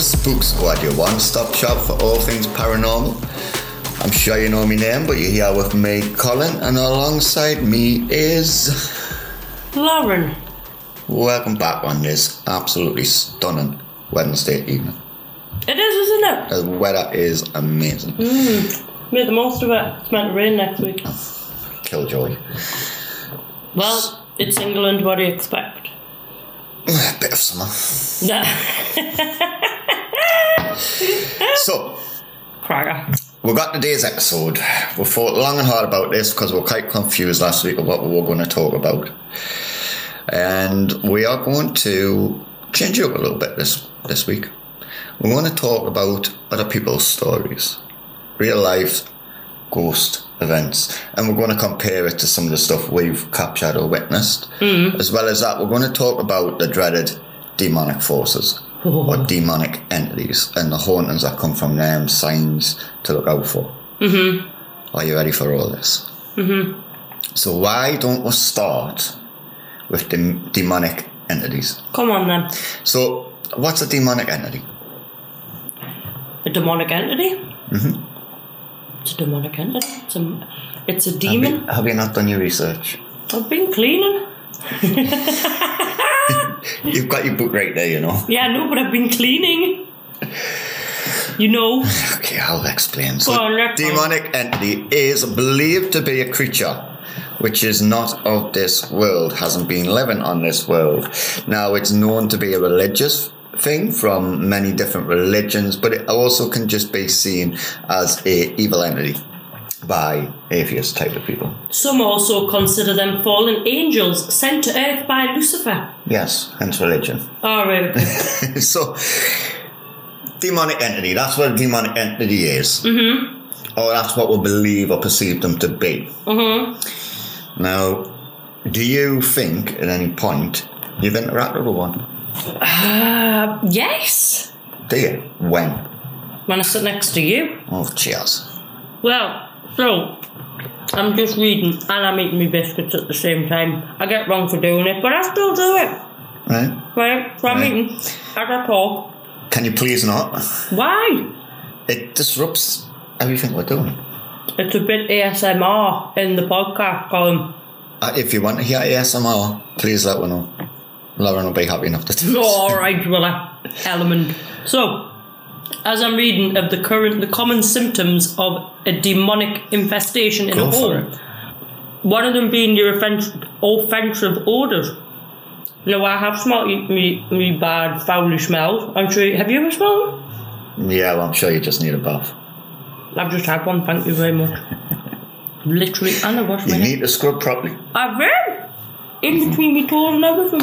Squad, your one stop shop for all things paranormal. I'm sure you know my name, but you're here with me, Colin, and alongside me is. Lauren. Welcome back on this absolutely stunning Wednesday evening. It is, isn't it? The weather is amazing. Made the most of it. It's meant to rain next week. Killjoy. Well, it's England. What do you expect? A bit of summer. So, Cracker. we got today's episode. We thought long and hard about this because we were quite confused last week of what we were going to talk about. And we are going to change it up a little bit this, this week. We're going to talk about other people's stories, real life ghost events, and we're going to compare it to some of the stuff we've captured or witnessed. As well as that, we're going to talk about the dreaded demonic forces or demonic entities and the hauntings that come from them, signs to look out for. Are you ready for all this? Mm-hmm. So, why don't we start with dem- demonic entities? Come on then. So, what's a demonic entity? A demonic entity? Mm-hmm. It's a demonic entity. It's a, it's a Have demon. you, have you not done your research? I've been cleaning. You've got your book right there, you know. Yeah, no, but I've been cleaning. You know. Okay, I'll explain. Go on, So, let's go. demonic entity is believed to be a creature which is not of this world, hasn't been living on this world. Now, it's known to be a religious thing from many different religions, but it also can just be seen as a evil entity by atheist type of people. Some also consider them fallen angels sent to earth by Lucifer. Yes, hence religion. All right. so demonic entity that's what a demonic entity is mm-hmm. or that's what we believe or perceive them to be mm-hmm. now do you think at any point you've interacted with one Uh, yes. do you when When I sit next to you. oh cheers Well, so I'm just reading and I'm eating my biscuits at the same time. I get wrong for doing it, but I still do it. right Right? So I'm Right. eating as I talk. can you please not Why? it disrupts everything we're doing It's a bit ASMR in the podcast column. uh, if you want to hear ASMR please let me know Lauren will be happy enough to do this. Alright, Willa. Element. So, as I'm reading of the current, the common symptoms of a demonic infestation in Go a for home, one of them being your offens- offensive odors. Now, I have smelled me, me, me bad, foul smells. I'm sure. Have you ever smelled them? yeah well, I'm sure you just need a bath I've just had one, thank you very much. Literally, and I washed my you hands. need to scrub properly I've read in between me toes and everything.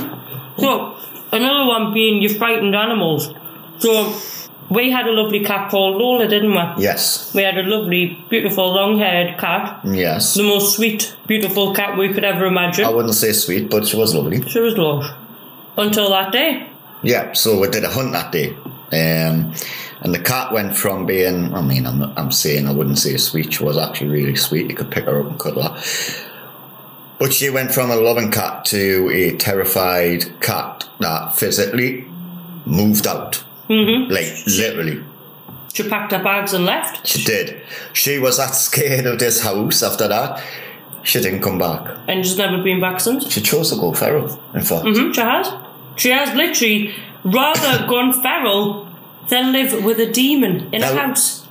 So another one being you frightened animals. So we had a lovely cat called Lola, didn't we? yes We had a lovely, beautiful, long-haired cat, yes the most sweet, beautiful cat we could ever imagine. I wouldn't say sweet, but she was lovely. She was Lola. Until that day, Yeah, so we did a hunt that day. Um, and the cat went from being, I mean, I'm, I'm saying I wouldn't say sweet, she was actually really sweet. You could pick her up and cuddle her. But she went from a loving cat to a terrified cat that physically moved out. Mm-hmm. Like, literally. she packed her bags and left, She did. She was that scared of this house after that. She didn't come back. and she's never been back since. She chose to go feral, in fact. hmm she has. She has literally rather gone feral than live with a demon in a Now- house.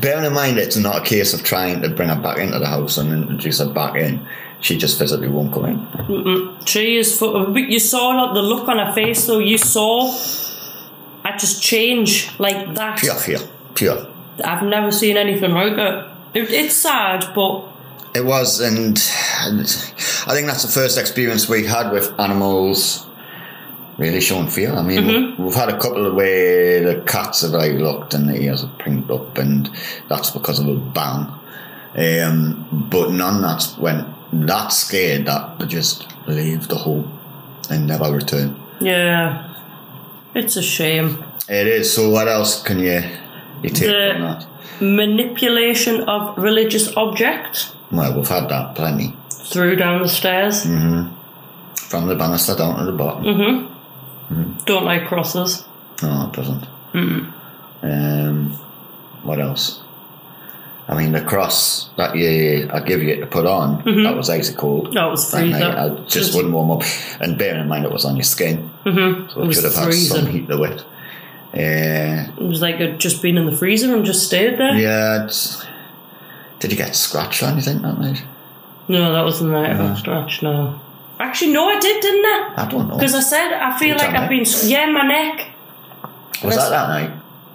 Bearing in mind, it's not a case of trying to bring her back into the house and introduce her back in. She just physically won't come in. She is. Fu- but you saw like, the look on her face, though. You saw. I just change like that. Pure fear. Pure. I've never seen anything like it. it it's sad, but It was, and I think that's the first experience we had with animals really showing fear. I mean, we've, we've had a couple of where the cats have like looked and the ears have pringed up, and that's because of a bang. Um, but none that's when that scared that they just leave the home and never return. yeah, it's a shame. It is. So what else can you you take The- from that? Manipulation of religious objects Well, we've had that plenty. Mm-hmm. through down the stairs. Mm. From the banister down to the bottom. Don't like Mm-hmm. crosses. No, it doesn't. Um, what else? I mean, the cross that you I give you to put on Mhm. that was icy cold. That was That night, freezing. I just wouldn't warm up. And bearing in mind it was on your skin, Mm-hmm. so it it was should have had freezing. some heat to it. Uh, It was like I'd just been in the freezer and just stayed there. yeah. It's, did you get scratched or anything that night? No, that wasn't the night Yeah. of scratch. No, actually, no, I did, didn't I? I don't know. Because I said I feel Your like neck? I've been yeah, my neck. Was that that night?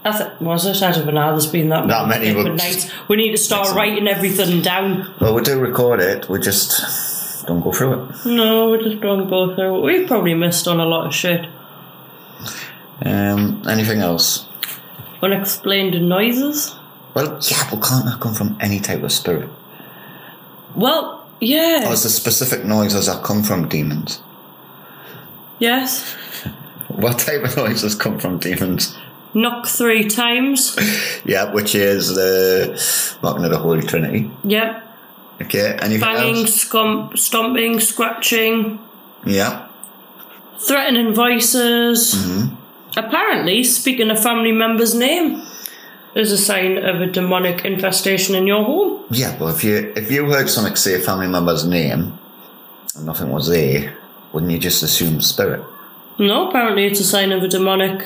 I th- was it? I don't know. There's been that, That many different books. nights. We need to start Excellent. writing everything down. Well, we do record it. We just don't go through it. No, we just don't go through. it. We probably missed on a lot of shit. Um, anything else? Unexplained noises. Well, yeah, but can't that come from any type of spirit? Well, yeah, Or is the specific noises that come from demons? yes. What type of noises come from demons? Knock three times. Yeah, which is the knocking of the Holy Trinity. yep. Okay, anything Banging, else? scum- stomping, scratching, Yeah. threatening voices. hmm Apparently, speaking a family member's name is a sign of a demonic infestation in your home. Yeah, well, if you if you heard something say a family member's name and nothing was there, wouldn't you just assume spirit? No, apparently it's a sign of a demonic.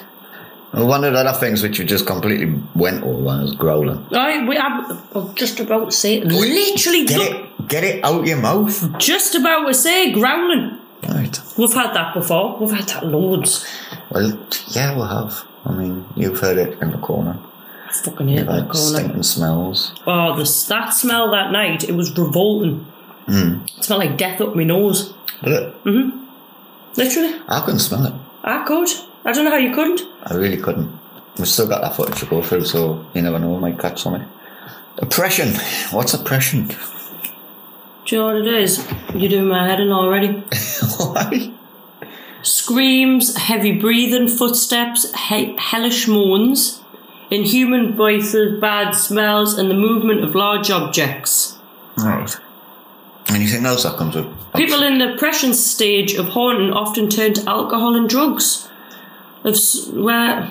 And one of the other things which you just completely went over was growling. I, we, I'm, I'm just about to say, Oh, literally, Get look, it, get it out your mouth. just about to say growling. Right. We've had that before. We've had that loads. Well, yeah, we'll have. I mean, you've heard it in the corner. I fucking hate You've that had corner. stinking smells. Oh, the, that smell that night, it was revolting. Mm. It smelled like death up my nose. Did it? hmm Literally. I couldn't smell it. I could. I don't know how you couldn't. I really couldn't. We've still got that footage to go through, so you never know, might catch something. Oppression. What's oppression? Do you know what it is? You're doing my head in already. Why? Screams, heavy breathing, footsteps, he- hellish moans, inhuman voices, bad smells, and the movement of large objects. Right. Anything else that comes with? People in the depression stage of haunting often turn to alcohol and drugs. Of s- where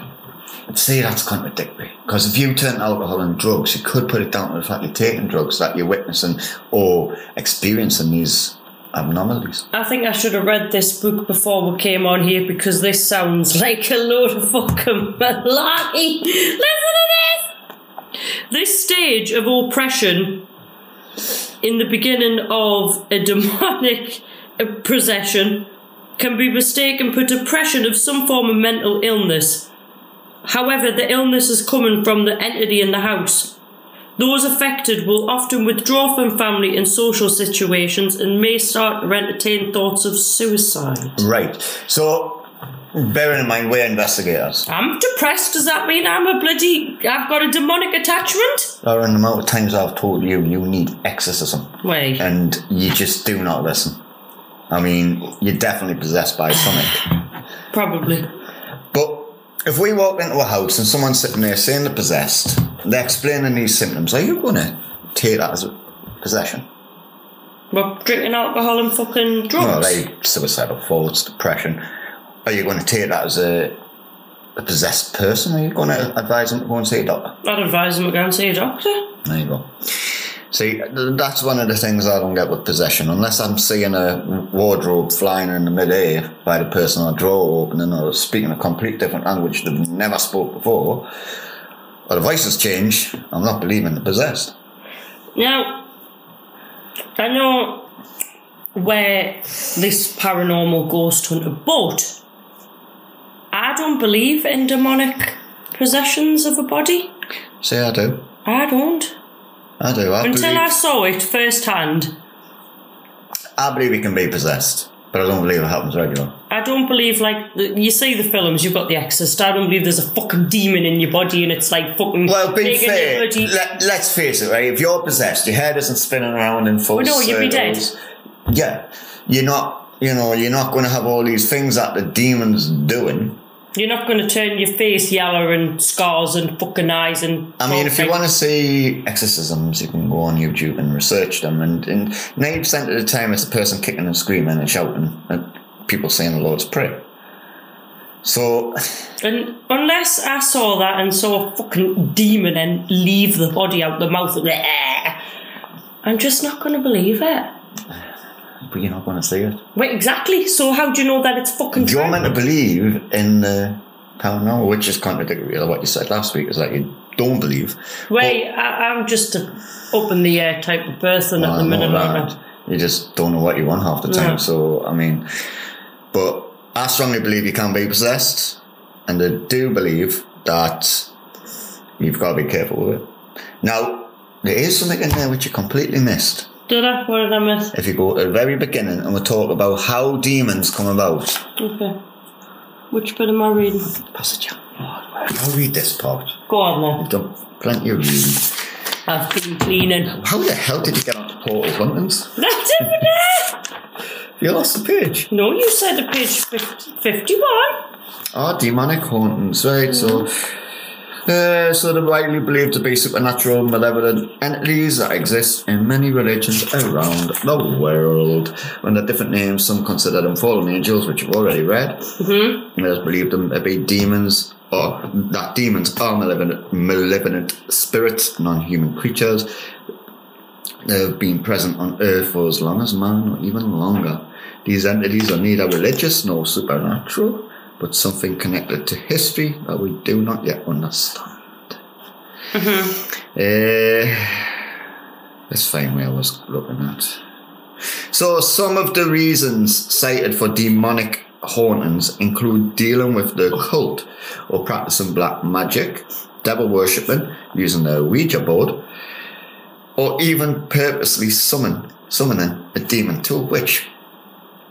See, that's contradictory. Because if you turn to alcohol and drugs, you could put it down to the fact you're taking drugs, that you're witnessing or experiencing these abnormalities. I think I should have read this book before we came on here because this sounds like a load of fucking malarkey. Listen to this! This stage of oppression in the beginning of a demonic uh, possession can be mistaken for depression of some form of mental illness. However, the illness is coming from the entity in the house. Those affected will often withdraw from family and social situations and may start to entertain thoughts of suicide. Right. So, bearing in mind, we're investigators. I'm depressed. Does that mean I'm a bloody. I've got a demonic attachment? Lauren, the amount of times I've told you you need exorcism Wait. and you just do not listen. I mean, you're definitely possessed by something. Probably. But if we walk into a house and someone's sitting there saying they're possessed, they're explaining these symptoms, are you going to take that as a possession? We're drinking alcohol and fucking drugs. Well, like suicidal thoughts, depression. Are you going to take that as a, a possessed person? Are you going to advise them to go and see a doctor? I'd advise them to go and see a doctor. There you go. See, th- that's one of the things I don't get with possession. Unless I'm seeing a wardrobe flying in the midair by the person I draw opening or speaking a complete different language they've never spoke before, or the voices change, I'm not believing the possessed. Now, I know where this paranormal ghost hunter, but I don't believe in demonic possessions of a body. See, I do. I don't. I do. I, Until I believe, saw it firsthand, I believe it can be possessed, but I don't believe it happens regularly. I don't believe, like, the, you see the films, you've got The Exorcist, I don't believe there's a fucking demon in your body and it's like fucking. Well, be big and fair. bloody- Let, us face it, right? If you're possessed, your head isn't spinning around in full. Well, Oh, no, you'd be dead. circles. Yeah, you're not. You know, you're not going to have all these things that the demons doing. You're not going to turn your face yellow and scars and fucking eyes and. I mean, if you Okay. want to see exorcisms, you can go on YouTube and research them. And and ninety percent of the time, it's a person kicking and screaming and shouting and people saying the Lord's Prayer. So And unless I saw that and saw a fucking demon and leave the body out the mouth, bleh, I'm just not going to believe it. but you're not going to see it. Wait, exactly. So how do you know that it's fucking You're true? meant to believe in the paranormal, which is contradictory to what you said last week. Is that you don't believe? Wait, I, I'm just a up in the air type of person at Well, the Oh, I know minute. aren't that. You just don't know what you want half the time. No. So I mean, but I strongly believe you can be possessed, and I do believe that you've got to be careful with it. Now there is something in there which you completely missed. I? Did I? What did I miss? If you go to the very beginning and we talk about how demons come about. Okay. Which bit am I reading? Passage. I'll read this part. Go on I've done plenty of reading. then. I've been cleaning. How the hell did you get onto Portal London's? That's over there! You lost the page. No, you said a page 50, 51. Ah, demonic hauntings, right? So, uh, so they're widely believed to be supernatural, malevolent entities that exist in many religions around the world. Under different names, some consider them fallen angels, which you've already read. Mm-hmm. Others believe them to be demons, or that demons are malevolent, malevolent spirits, non-human creatures. They've been present on Earth for as long as man, or even longer. These entities are neither religious nor supernatural, but something connected to history that we do not yet understand. Mm-hmm. Eh, let's find where I was looking at. So, some of the reasons cited for demonic hauntings include dealing with the occult or practicing black magic, devil worshipping, using the Ouija board, or even purposely summon, summoning a demon to a witch.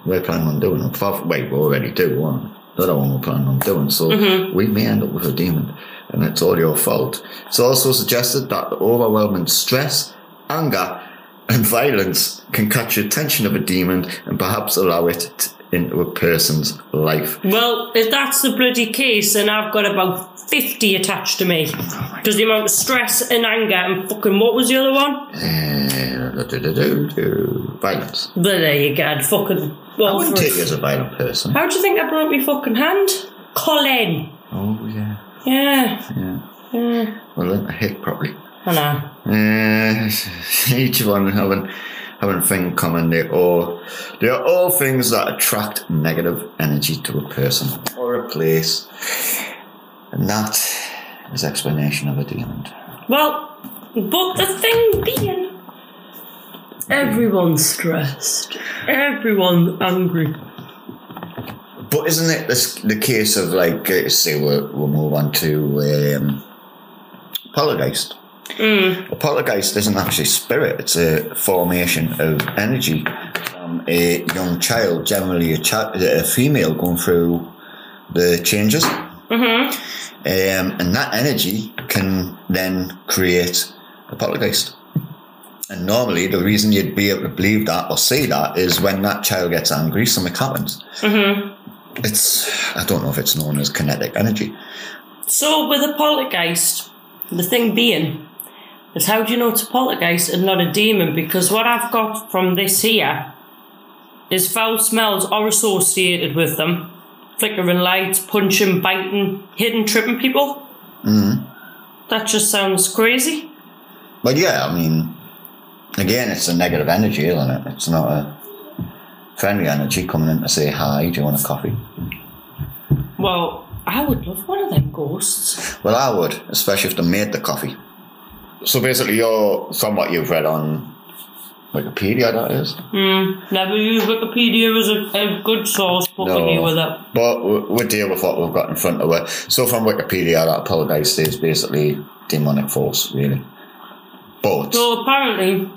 We're planning on doing it. Well, Wait, we already do one. The other one we're planning on doing. So, Mhm. we may end up with a demon, and it's all your fault. It's also suggested that the overwhelming stress, anger, and violence can catch the attention of a demon and perhaps allow it t- into a person's life. Well, if that's the bloody case, then I've got about 50 attached to me. Because the amount of stress and anger and fucking what was the other one? Eh, do-do-do-do-do. Violence. There, there you go. I'd Fucking. I Well, wouldn't for- take you as a violent person. How do you think I broke my fucking hand? Colin. Oh, yeah, Yeah. yeah. yeah. Well, then I hit properly. I know. Uh, each one having having a thing in common. They all they are all things that attract negative energy to a person or a place, and that is explanation of a demon. Well, but the thing being, everyone's stressed. Everyone's angry. But isn't it this, the case of like uh, say we'll, we'll move on to um, poltergeist? Mm. A poltergeist isn't actually spirit, it's a formation of energy from a young child, generally a, chi- a female going through the changes. Mm-hmm. Um, and that energy can then create a poltergeist. And normally, the reason you'd be able to believe that or see that is when that child gets angry, something happens. Mm-hmm. It's, I don't know if it's known as kinetic energy. So with a poltergeist, the thing being is how do you know it's a poltergeist and not a demon? Because what I've got from this here is foul smells are associated with them. Flickering lights, punching, biting, hitting, tripping people. Mm. That just sounds crazy. But yeah, I mean, again, it's a negative energy, isn't it? It's not a friendly energy coming in to say, hi, do you want a coffee? Well, I would love one of them ghosts. Well, I would, especially if they made the coffee. So basically, you're, from what you've read on Wikipedia, that is. Mm, never use Wikipedia as a, a good source for No. you with it. But we- we deal with what we've got in front of us. So from Wikipedia, that poltergeist is basically demonic force, really. But So apparently,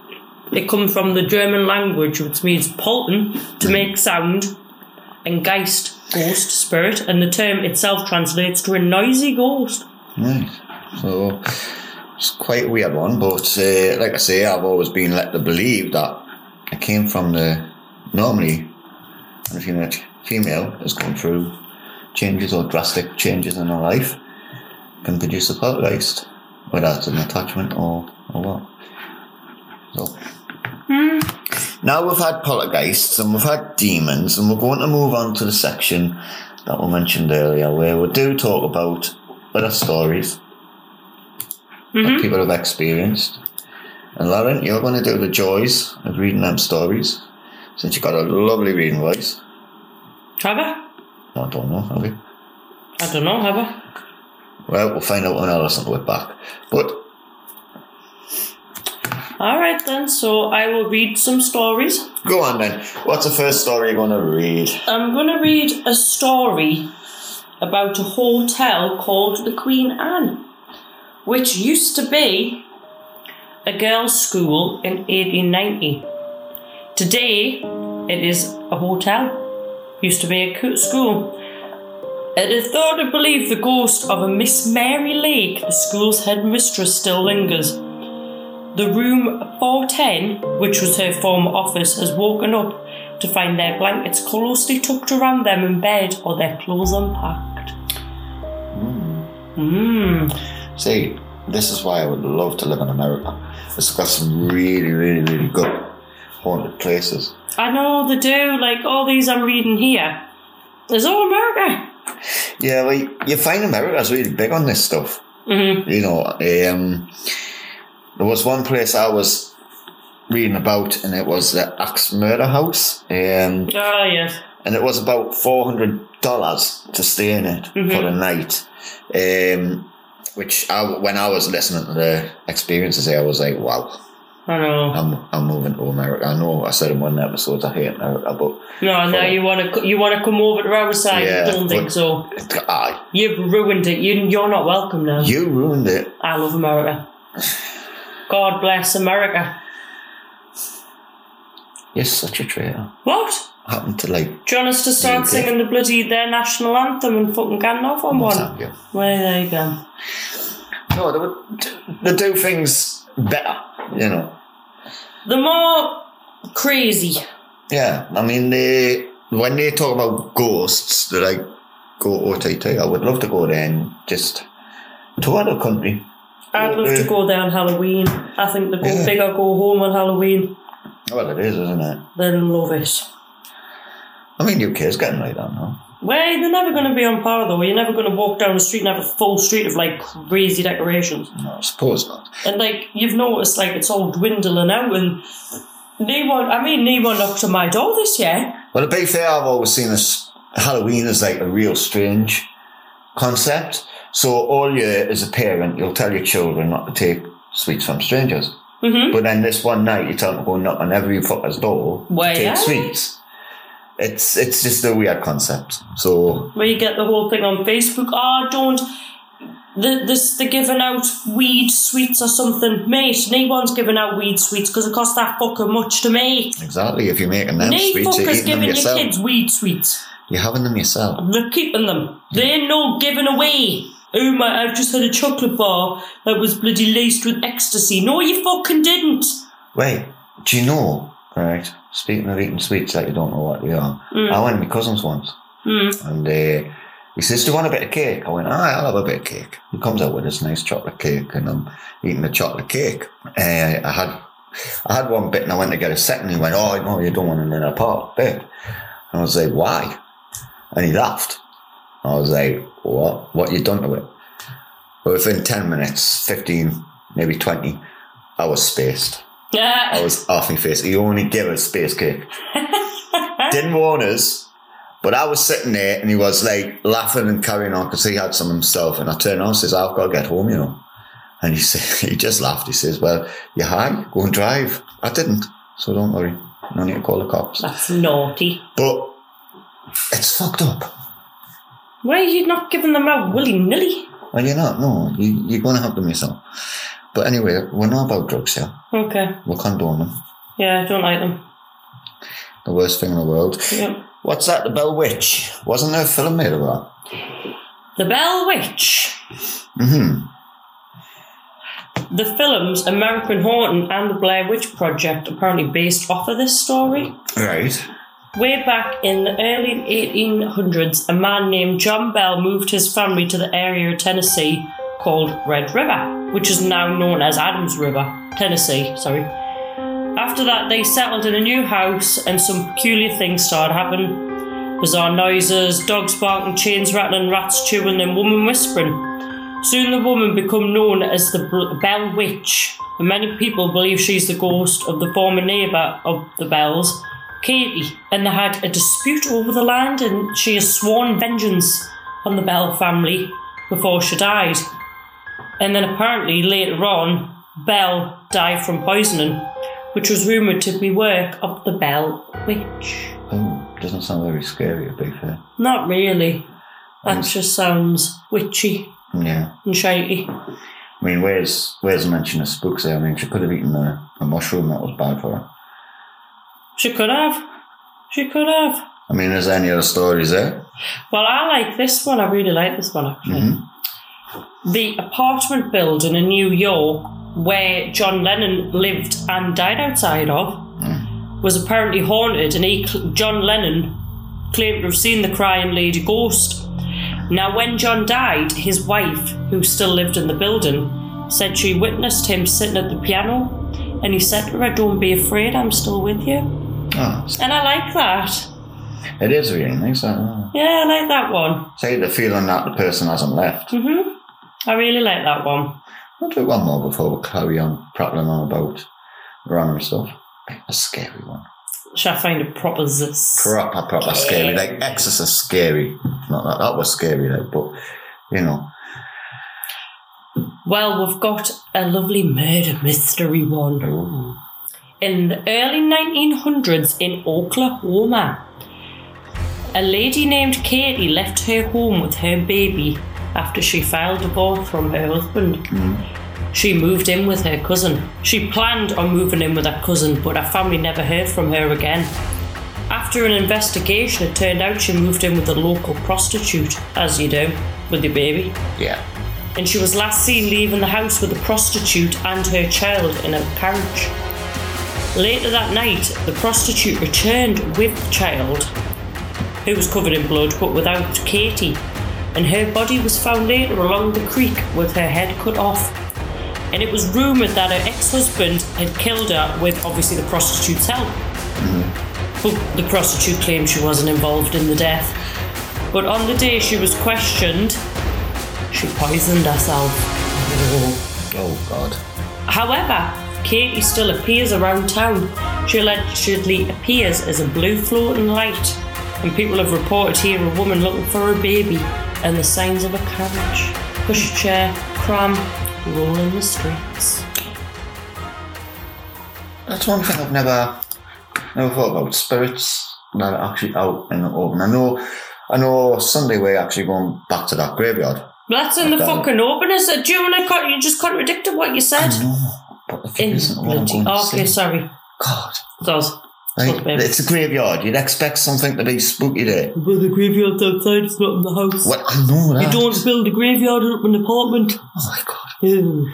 it comes from the German language, which means polten, to make sound, and geist, ghost, spirit, and the term itself translates to a noisy ghost. yeah, so it's quite a weird one. But uh, like I say, I've always been led to believe that it came from the normally, if you know, female has gone through changes or drastic changes in her life, can produce a poltergeist, whether it's an attachment or or what. So. Hmm. Now we've had poltergeists and we've had demons, and we're going to move on to the section that were mentioned earlier, where we do talk about other stories that people have experienced. And Lauren, you're going to do the joys of reading them stories, since you've got a lovely reading voice. Have I? I don't know, have you? I don't know, have I? Well, we'll find out when I listen to it back. But Alright then, so I will read some stories. go on then. What's the first story you're going to read? I'm going to read a story about a hotel called the Queen Anne, which used to be a girls' school in 1890. Today, it is a hotel. Used to be a co- school. It is thought to believe the ghost of a Miss Mary Lake, the school's headmistress, still lingers. The room 410, which was her former office, has woken up to find their blankets closely tucked around them in bed or their clothes unpacked. Mmm. Hmm. See, this is why I would love to live in America. It's got some really, really, really good haunted places. I know they do, like all these I'm reading here. There's all America. Yeah, like you find America's really big on this stuff. Mm-hmm. You know, um, there was one place I was reading about, and it was the Axe Murder House, um, Oh, yes. and it was about four hundred dollars to stay in it for the night. Um, which I, when I was listening to the experiences, there, I was like, wow. I know. I'm I'm moving to America. I know I said in one episode I hate America, but No, no, Full. you want to you want to come over to our side? Yeah, I don't think but- so. I You've ruined it. You, you're not welcome now. you ruined it. I love America. God bless America. You're such a traitor. What? Happened to like Do you want us to start Okay. singing the bloody their national anthem and fucking getting off on one? Zambia. Well, there you go. No, they, would, they do things better. You know. The more crazy. Yeah, I mean they when they talk about ghosts, they like go OTT. I would love to go there and just tour the country. I'd love to go there on Halloween. I think the go Yeah. big or go home on Halloween. Well, it is, isn't it? Then love it. I mean, UK's getting like that now. Well, they're never going to be on par though. You're never going to walk down the street and have a full street of like crazy decorations. No, I suppose not. And like you've noticed, like it's all dwindling out. And Newa, I mean, Newa knocked on my door this year. Well, to be fair, I've always seen this Halloween as like a real strange concept. So all you as a parent, you'll tell your children not to take sweets from strangers. Mm-hmm. But then this one night, you tell them to go knock on every fucker's door Well, to take yeah. sweets. It's it's just a weird concept. So where you get the whole thing on Facebook. Ah, don't. The, this, they're giving out weed sweets or something. Mate, no one's giving out weed sweets because it costs that fucking much to make. exactly, if you're making them No sweets, you're fuckers eating them giving your yourself. kids weed sweets. You're having them yourself. They're keeping them. They ain't no giving away. Oh my, I've just had a chocolate bar that was bloody laced with ecstasy. No, you fucking didn't. Wait, do you know? Right, speaking of eating sweets like you don't know what they are, Mm. I went to my cousin's once. Mm. And uh, he says, Do you want a bit of cake? I went, Aye, I'll have a bit of cake. He comes out with this nice chocolate cake, and I'm eating the chocolate cake. Uh, I had I had one bit and I went to get a second. He went, Oh, no, you don't want another part, bit. And I was like, Why? And he laughed. I was like, What? What you done to it? But within 10 minutes, 15, maybe 20, I was spaced. I Yeah. was off my face. He only gave us space cake. Didn't warn us, but I was sitting there and he was like laughing and carrying on because he had some himself. And I turned on and says, I've got to get home, you know. And he said, he just laughed. He says, Well, you're high, go and drive. I didn't, so don't worry. No need to call the cops. That's naughty. But it's fucked up. Why are you not giving them out willy nilly? Well, you're not, no. You, you're going to have them yourself. But anyway, we're not about drugs here. Okay. We condone them. Yeah, I don't like them. The worst thing in the world. Yep. What's that, The Bell Witch? Wasn't there a film made of that? The Bell Witch. hmm The films American Haunting and The Blair Witch Project apparently based off of this story. Right. Way back in the early 1800s, a man named John Bell moved his family to the area of Tennessee called Red River, which is now known as Adams River, Tennessee, sorry. After that, they settled in a new house and some peculiar things started happening. Bizarre noises, dogs barking, chains rattling, rats chewing, and women whispering. Soon the woman become known as the Bl- Bell Witch, and many people believe she's the ghost of the former neighbour of the Bells, Katie, and they had a dispute over the land, and she has sworn vengeance on the Bell family before she died. And then apparently later on, Bell died from poisoning, which was rumoured to be work of the Bell Witch. Oh, doesn't sound very scary, to be fair. Not really. That just sounds witchy Yeah. and shady. I mean, where's where's the mention of spooks there? I mean, she could have eaten a, a mushroom that was bad for her. She could have. She could have. I mean, is there any other stories there? Well, I like this one. I really like this one, actually. Mhm. The apartment building in New York where John Lennon lived and died outside of was apparently haunted, and he, cl- John Lennon claimed to have seen the crying lady ghost. Now, when John died, his wife, who still lived in the building, said she witnessed him sitting at the piano, and he said to her, Don't be afraid, I'm still with you. Oh, And I like that. it is really nice. I Yeah, I like that one. say the feeling that the person hasn't left. hmm I really like that one. I'll do one more before we carry on prattling on about random stuff. A scary one. Shall I find a proper zest? Proper, proper scary. Like Exorcist scary. Not that that was scary, like, but you know. Well, we've got a lovely murder mystery one. Ooh. In the early 1900s in Oklahoma, a lady named Katie left her home with her baby after she filed divorce from her husband. She moved in with her cousin. She planned on moving in with her cousin, but her family never heard from her again. After an investigation, it turned out she moved in with a local prostitute, as you do with your baby. Yeah. and she was last seen leaving the house with a prostitute and her child in a carriage. Later that night, the prostitute returned with the child, who was covered in blood but without Katie, and her body was found later along the creek with her head cut off. And it was rumoured that her ex husband had killed her with obviously the prostitute's help. But the prostitute claimed she wasn't involved in the death. But on the day she was questioned, she poisoned herself. Oh God. However, Katie still appears around town. She allegedly appears as a blue floating light, and people have reported here a woman looking for her baby and the signs of a carriage, pushchair, pram, rolling the streets. That's one thing I've never never thought about. Spirits that are actually out in the open. I know I know Sunday we're actually going back to that graveyard. Well, that's in the Okay. fucking open, is it? Do you want to? You just contradicted what you said. No. But if it In isn't what I'm bloody. going to Okay, say- sorry. God. Those. Like, babe. it's a graveyard. You'd expect something to be spooky there. Well, the graveyard's outside. It's not in the house. What I know that. You don't build a graveyard up an apartment. Oh my god. Ew.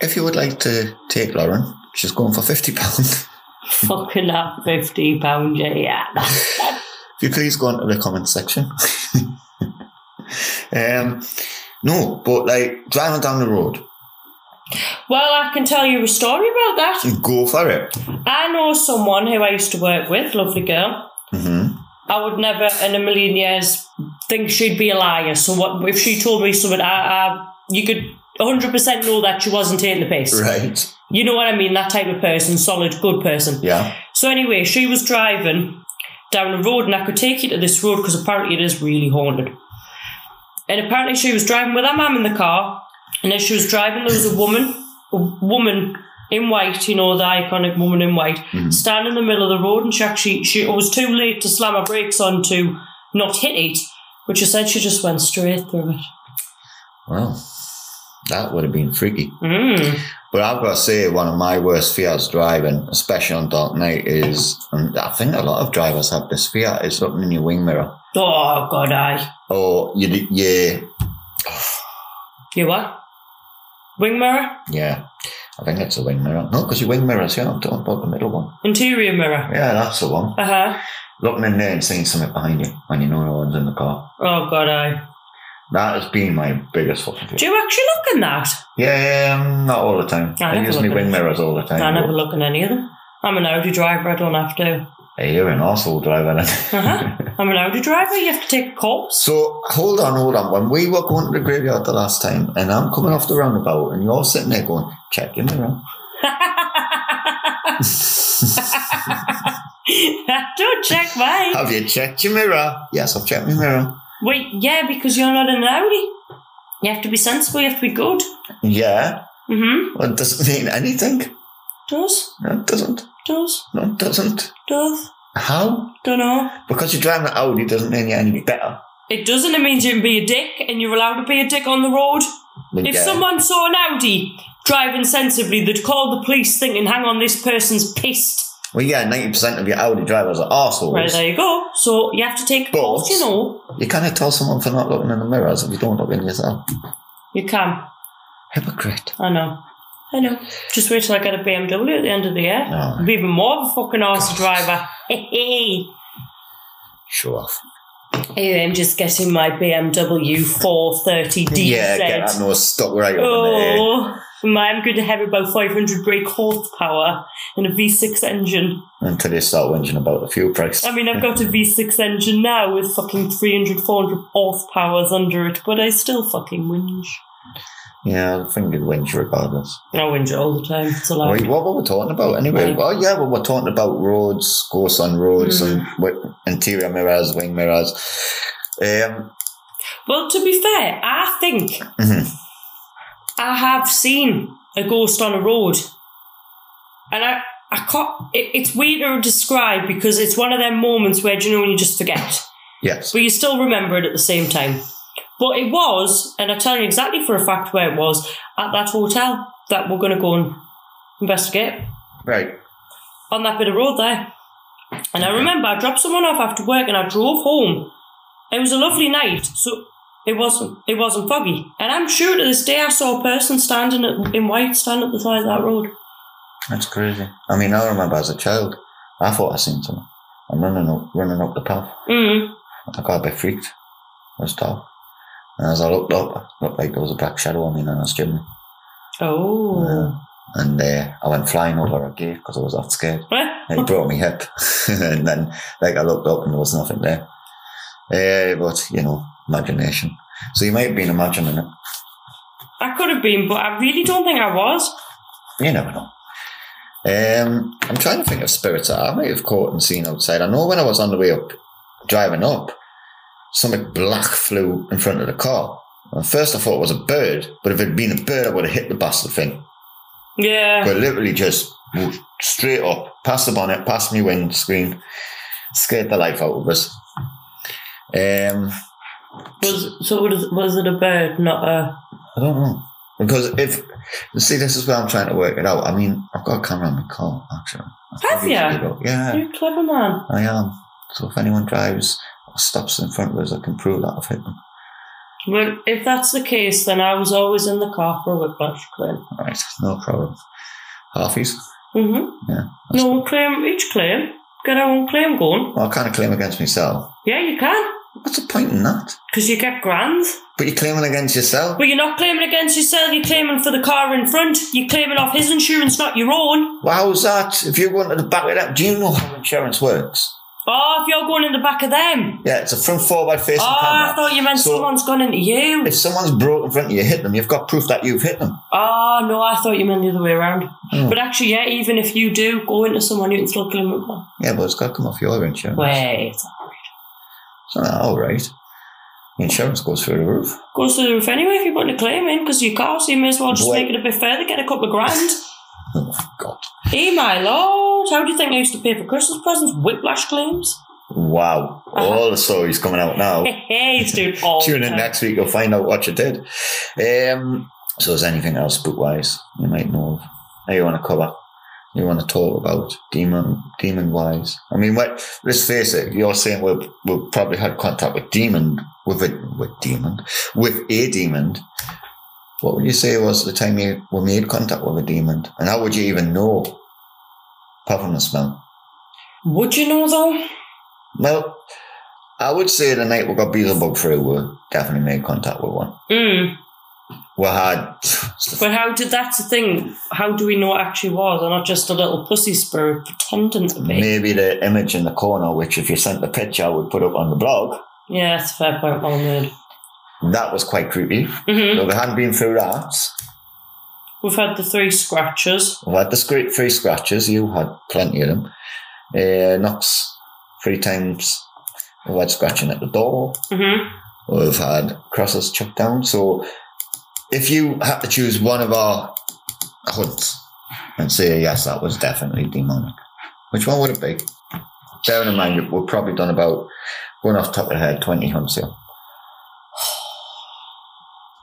If you would like to take Lauren, she's going for fifty pounds. fucking up fifty pound yeah. If you please go into the comment section. um, no, but like driving down the road, Well, I can tell you a story about that. go for it. I know someone who I used to work with, lovely girl. hmm I would never in a million years think she'd be a liar. So what if she told me something? I, I you could. 100% know that she wasn't taking the piss. Right. You know what I mean? That type of person, solid, good person. Yeah. So, anyway, she was driving down a road, and I could take you to this road because apparently it is really haunted. And apparently, she was driving with her mum in the car, and as she was driving, there was a woman, a woman in white, you know, the iconic woman in white, standing in the middle of the road, and she actually she it was too late to slam her brakes on to not hit it, but she said she just went straight through it. Well, that would have been freaky. Mm. But I've got to say, one of my worst fears driving, especially on dark night, is, and I think a lot of drivers have this fear, is looking in your wing mirror. Oh God, I Or you, yeah, you what? Wing mirror, yeah. I think it's a wing mirror. No, because your wing mirrors, yeah, I'm talking about the middle one. interior mirror. Yeah, that's the one. Uh huh. Looking in there and seeing something behind you when you know no one's in the car. Oh God, I. That has been my biggest fucking fear. Do you actually look in that? Yeah, um, not all the time. I I, never use look my at wing it. mirrors all the time. I never but- look in any of them. I'm an Audi driver, I don't have to. Hey, you're an arsehole driver then. Uh-huh. I'm an Audi driver. You have to take a course. So hold on, hold on. When we were going to the graveyard the last time, and I'm coming off the roundabout, and you're sitting there going, check your mirror. Don't check mine. Have you checked your mirror? Yes, I've checked my mirror. Wait, yeah, because you're not an Audi. You have to be sensible. You have to be good. Yeah. Mm-hmm. Well, it doesn't mean anything. Does No, it doesn't. does No, it doesn't. does. How? Don't know. Because you're driving an Audi doesn't mean you're any better. It doesn't. It means you can be a dick, and you're allowed to be a dick on the road. But If yeah. someone saw an Audi driving sensibly, they'd call the police, thinking, "Hang on, this person's pissed." Well, yeah, 90% of your Audi drivers are arseholes. Right there you go. So you have to take But- calls. You know, You can't tell someone for not looking in the mirrors if you don't look in yourself. you can. Hypocrite. I know. I know. Just wait till I get a BMW at the end of the year. No. I'll be even more of a fucking arse driver. Hey, hey. Show off. Anyway, I'm just getting my BMW 430DZ. Yeah, get that nose stuck right up in the air. Oh, I'm going to have about 500 brake horsepower and a V6 engine. Until you start whinging about the fuel price. I mean, I've got a V6 engine now with fucking 300, 400 horsepowers under it, but I still fucking whinge. Yeah, I think you'd whinge regardless. I whinge all the time. It's allowed. Wait, what were we talking about anyway? Right. Well, yeah, we were talking about roads, course on roads, and Mm-hmm. wi- interior mirrors, wing mirrors. Um, Well, to be fair, I think Mhm. I have seen a ghost on a road, and I, I can't. It, it's weird to describe because it's one of them moments where do you know when you just forget, yes. but you still remember it at the same time. But it was, and I tell you exactly for a fact where it was at that hotel that we're going to go and investigate Right. on that bit of road there. And I remember I dropped someone off after work and I drove home. It was a lovely night, so it wasn't it wasn't foggy. And I'm sure to this day I saw a person standing at, in white standing at the side of that road. That's crazy. I mean, I remember as a child, I thought I seen someone. I'm running up, running up the path. Mm. I got a bit freaked. I was dark. And as I looked up, it looked like there was a black shadow on me and I was chimney. Oh. And uh, I went flying over a gate because I was that scared. Eh? And he brought me hip. and then, like, I looked up and there was nothing there. Uh, but, you know, imagination. So you might have been imagining it. I could have been, but I really don't think I was. You never know. Um, I'm trying to think of spirits that I might have caught and seen outside. I know when I was on the way up, driving up, something black flew in front of the car. At first, I thought it was a bird, but if it had been a bird, I would have hit the bastard thing. Yeah. But literally just whoosh, straight up, past the bonnet, past me windscreen, scared the life out of us. Um, Was so was, was it a bird, not a I don't know. Because if, see, this is where I'm trying to work it out. I mean, I've got a camera on my car, actually. I Have probably ya? should go- Yeah. you clever man. I am. So if anyone drives or stops in front of us, I can prove that I've hit them. Well, if that's the case, then I was always in the car for a whiplash claim. All right, no problem. Halfies. Mm-hmm. Yeah, that's- No one claim each claim. Get our own claim going. Well, I can't claim against myself. Yeah, you can, What's the point in that? because you get grand. But you're claiming against yourself. But you're not claiming against yourself, you're claiming for the car in front. You're claiming off his insurance, not your own. Well, how's that? If you're going to the back of that, do you know how insurance works? Oh, if you're going in the back of them. Yeah, it's a front forward Oh, facing I camera. thought you meant So- someone's gone into you. If someone's brought in front of you, hit them. You've got proof that you've hit them. Oh, no, I thought you meant the other way around. Oh. But actually, yeah, even if you do go into someone, you can still claim it back. Yeah, but it's got to come off your insurance. Wait. Isn't that all right? Insurance goes through the roof. Goes to the roof anyway if you're putting a claim in, because you can't, so you may as well just Wait. make it a bit further, get a couple of grand. Oh my god! hey, my lord, how do you think I used to pay for Christmas presents? Whiplash claims? Wow! Uh-huh. All the stories coming out now. Hey, hey, he's doing all Tune the in time. next week, you'll find out what you did. Um, so, is there anything else book wise you might know of? That you want to cover? You want to talk about demon demon wise? I mean, what, let's face it. You're saying we've we've probably had contact with demon with a with demon with a demon. What would you say was the time you were made contact with a demon, and how would you even know? Apart from the smell. Would you know though? Well, I would say the night we got Beelzebub through, we definitely made contact with one. Mm. we had But how did that's the thing? How do we know it actually was? They're not just a little pussy spirit pretending to be. maybe the image in the corner, which if you sent the picture, I would put up on the blog. Yeah, that's a fair point, well made. That was quite creepy. hmm So we hadn't been through that. We've had the three scratches. We had the scra- three scratches. You had plenty of them. Uh, knocks three times. We had scratching at the door. Mm-hmm. We've had crosses chucked down. So if you had to choose one of our hunts and say, yes, that was definitely demonic, which one would it be? Bearing in mind, we've probably done about, going off the top of the head, 20 hunts here.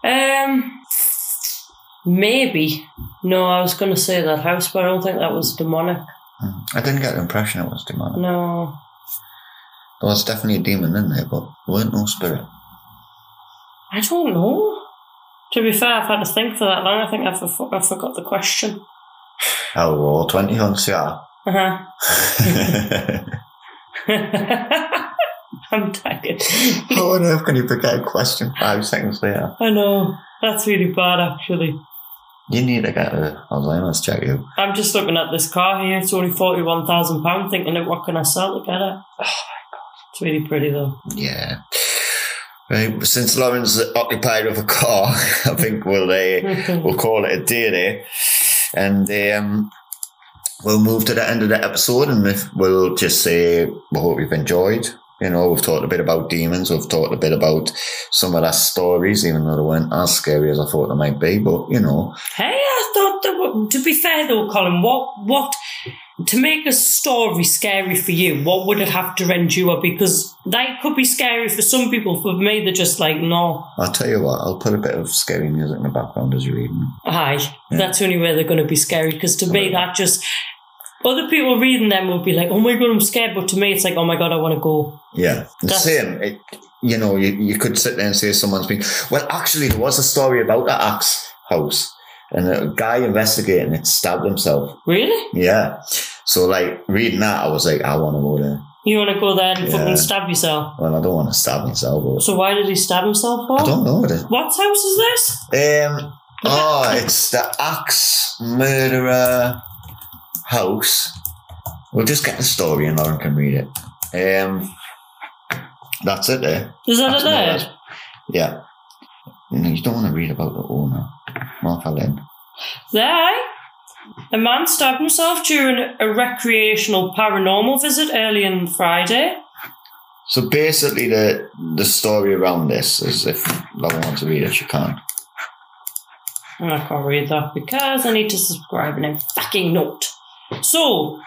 Um, maybe. No, I was going to say that house, but I don't think that was demonic. Mm. I didn't get the impression it was demonic. No. There was definitely a demon in there, but there weren't no spirit. I don't know. To be fair, I've had to think for that long. I think I, for- I forgot the question. Oh, well, 20 hunts here. Uh-huh. I'm tired. How on earth can you forget a question five seconds later? I know. That's really bad, actually. You need to get a Alzheimer's check, you. I'm just looking at this car here. It's only £41,000, thinking, "Look, what can I sell to get it? Oh, my God. It's really pretty, though. Yeah. Right, since Lauren's occupied with a car, I think we'll uh, we'll call it a day there, and um, we'll move to the end of the episode. And if we'll just say we hope you've enjoyed. You know, we've talked a bit about demons. We've talked a bit about some of their stories, even though they weren't as scary as I thought they might be. But you know, Hey, I thought that. wa- To be fair though, Colin, what what to make a story scary for you? What would it have to endure? Because that could be scary for some people. For me, they're just like, no, I'll tell you what. I'll put a bit of scary music in the background as you read. them. aye, that's the only way they're going to be scary. Because to me, that just other people reading them will be like, oh my god, I'm scared. But to me, it's like, oh my god, I want to go. Yeah, the That's- same. It, you know, you, you could sit there and say someone's been. Well, actually, there was a story about that axe house and a guy investigating it stabbed himself. Really? Yeah. So, like, reading that, I was like, I want to go there. You want to go there and Yeah. fucking stab yourself? Well, I don't want to stab myself. But So why did he stab himself for? I don't know. the- What house is this? Um, oh, it's the axe murderer house. We'll just get the story and Lauren can read it. Um, that's it there. Is that it That's there? not bad. Yeah. No, you don't want to read about the owner, Martha Lynn. There. A man stabbed himself during a recreational paranormal visit early on Friday. So basically, the the story around this is if Laura wants to read it, she can. And I can't read that because I need to subscribe and then fucking note. So,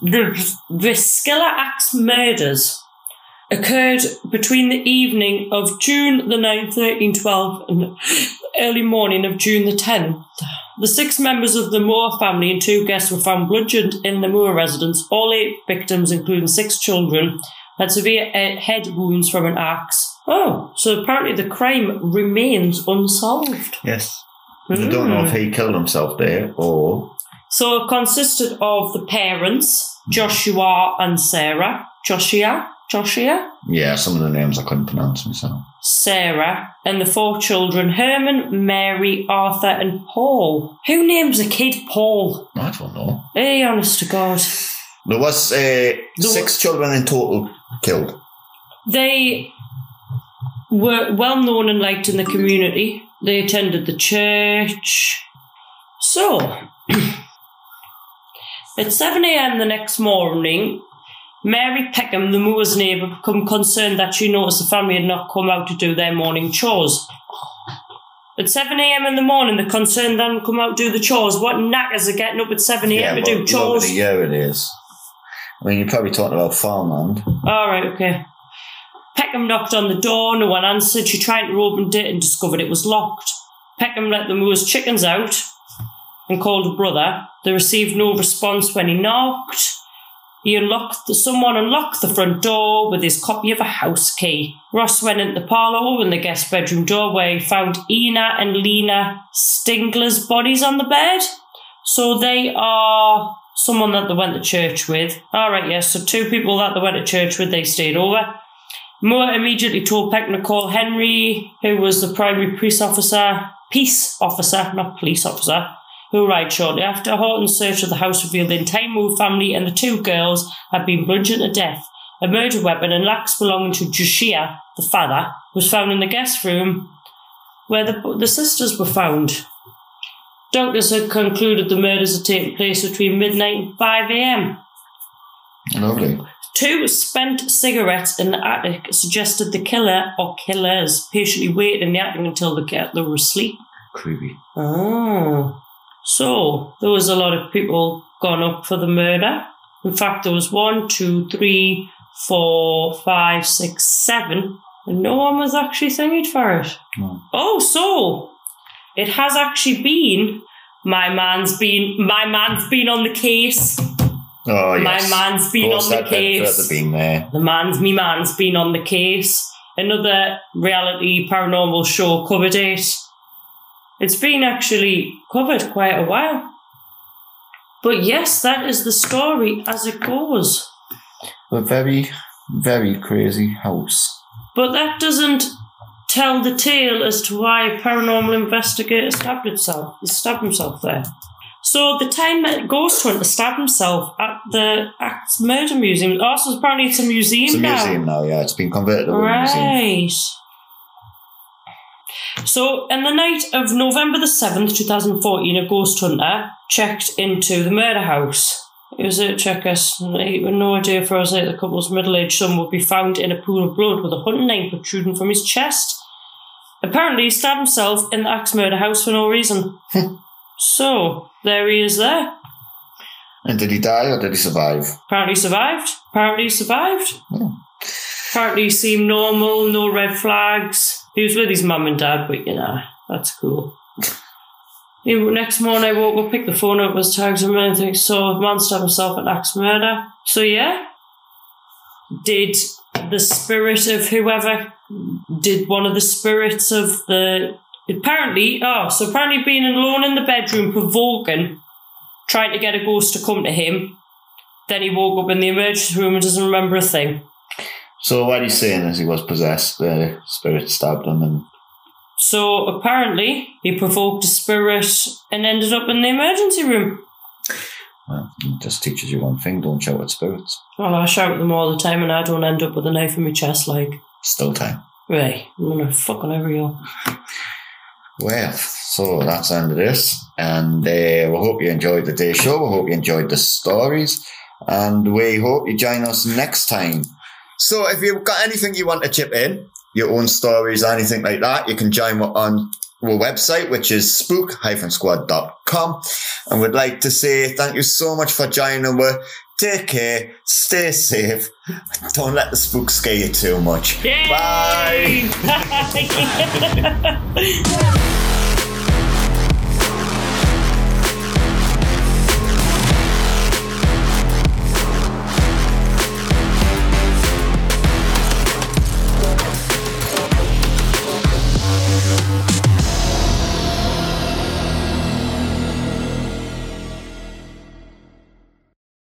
the Viskilla Axe murders occurred between the evening of June the 9th, 1312, and early morning of June the 10th. The six members of the Moore family and two guests were found bludgeoned in the Moore residence. All eight victims, including six children, had severe eh, head wounds from an axe. Oh, so apparently the crime remains unsolved. Yes. I don't know if Hmm. he killed himself there or. So it consisted of the parents, Joshua and Sarah. Joshua, Joshua, Yeah, some of the names I couldn't pronounce myself. Sarah, and the four children, Herman, Mary, Arthur, and Paul. Who names a kid Paul? I don't know. Hey, honest to God. There was uh, wa- six children in total killed. They were well known and liked in the community. They attended the church. So, at 7 a.m. the next morning, Mary Peckham, the Moore's neighbour, became concerned that she noticed the family had not come out to do their morning chores. At 7 a.m. in the morning, the concerned then come out to do the chores. What knackers are getting up at 7 a.m. to but do love of chores? the year it is. I mean, you're probably talking about farmland. All right, okay. Peckham knocked on the door, no one answered. She tried to open it and discovered it was locked. Peckham let the Moore's chickens out and called a brother. They received no response when he knocked. He unlocked the, someone unlocked the front door with his copy of a house key. Ross went into the parlour and the guest bedroom doorway, found Ina and Lena Stingler's bodies on the bed. So they are someone that they went to church with. All right, yes. So two people that they went to church with, they stayed over. Moore immediately told Peck to call Henry, who was the primary police officer, peace officer, not police officer, who arrived shortly after. Horton's search of the house revealed the entire Moore family and the two girls had been bludgeoned to death. A murder weapon and axe belonging to Joshia, the father, was found in the guest room where the, the sisters were found. Doctors had concluded the murders had taken place between midnight and 5 a.m. Lovely. Two spent cigarettes in the attic suggested the killer or killers patiently waited in the attic until the killer was asleep. Creepy. Oh. So there was a lot of people gone up for the murder. In fact, there was one, two, three, four, five, six, seven, and no one was actually thingied for it. No. Oh, so it has actually been my man's been my man's been on the case. Oh, yes. My man's been on the Further case. been there. The man's me man's been on the case. Another reality paranormal show covered it. It's been actually covered quite a while. But yes, that is the story as it goes. A very, very crazy house. But that doesn't tell the tale as to why a paranormal investigator stabbed himself, stabbed himself there. So the time that Ghost Hunter stabbed himself at the Axe Murder Museum, also apparently it's a museum It's a now. museum now, yeah. It's been converted to a museum. Right. So, in the night of November the 7th, 2014, a ghost hunter checked into the murder house. It was a checker, he had no idea for us that the couple's middle aged son would be found in a pool of blood with a hunting knife protruding from his chest. Apparently, he stabbed himself in the axe murder house for no reason. so, there he is there. And did he die or did he survive? Apparently survived. Apparently survived. Yeah. Apparently seemed normal, no red flags. He was with his mum and dad, but you know, that's cool. Yeah, well, Next morning I woke up, picked the phone up, was tagged him and think so man stabbed himself at axe murder. So yeah. Did the spirit of whoever did one of the spirits of the apparently oh, so apparently being alone in the bedroom provoking, trying to get a ghost to come to him, then he woke up in the emergency room and doesn't remember a thing. So what he's saying is he was possessed. The spirit stabbed him and So apparently, he provoked a spirit and ended up in the emergency room. well, it just teaches you one thing. Don't shout at spirits. Well, I shout at them all the time and I don't end up with a knife in my chest, like, Still time. right, I'm gonna fucking over you. Well, so that's the end of this. And uh, we hope you enjoyed the day show. We hope you enjoyed the stories. And we hope you join us next time. So if you've got anything you want to chip in, your own stories, anything like that, you can join us on our website, which is spook-squad.com. And we'd like to say thank you so much for joining us. Take care, stay safe, don't let the spook scare you too much. Yay! Bye. Bye!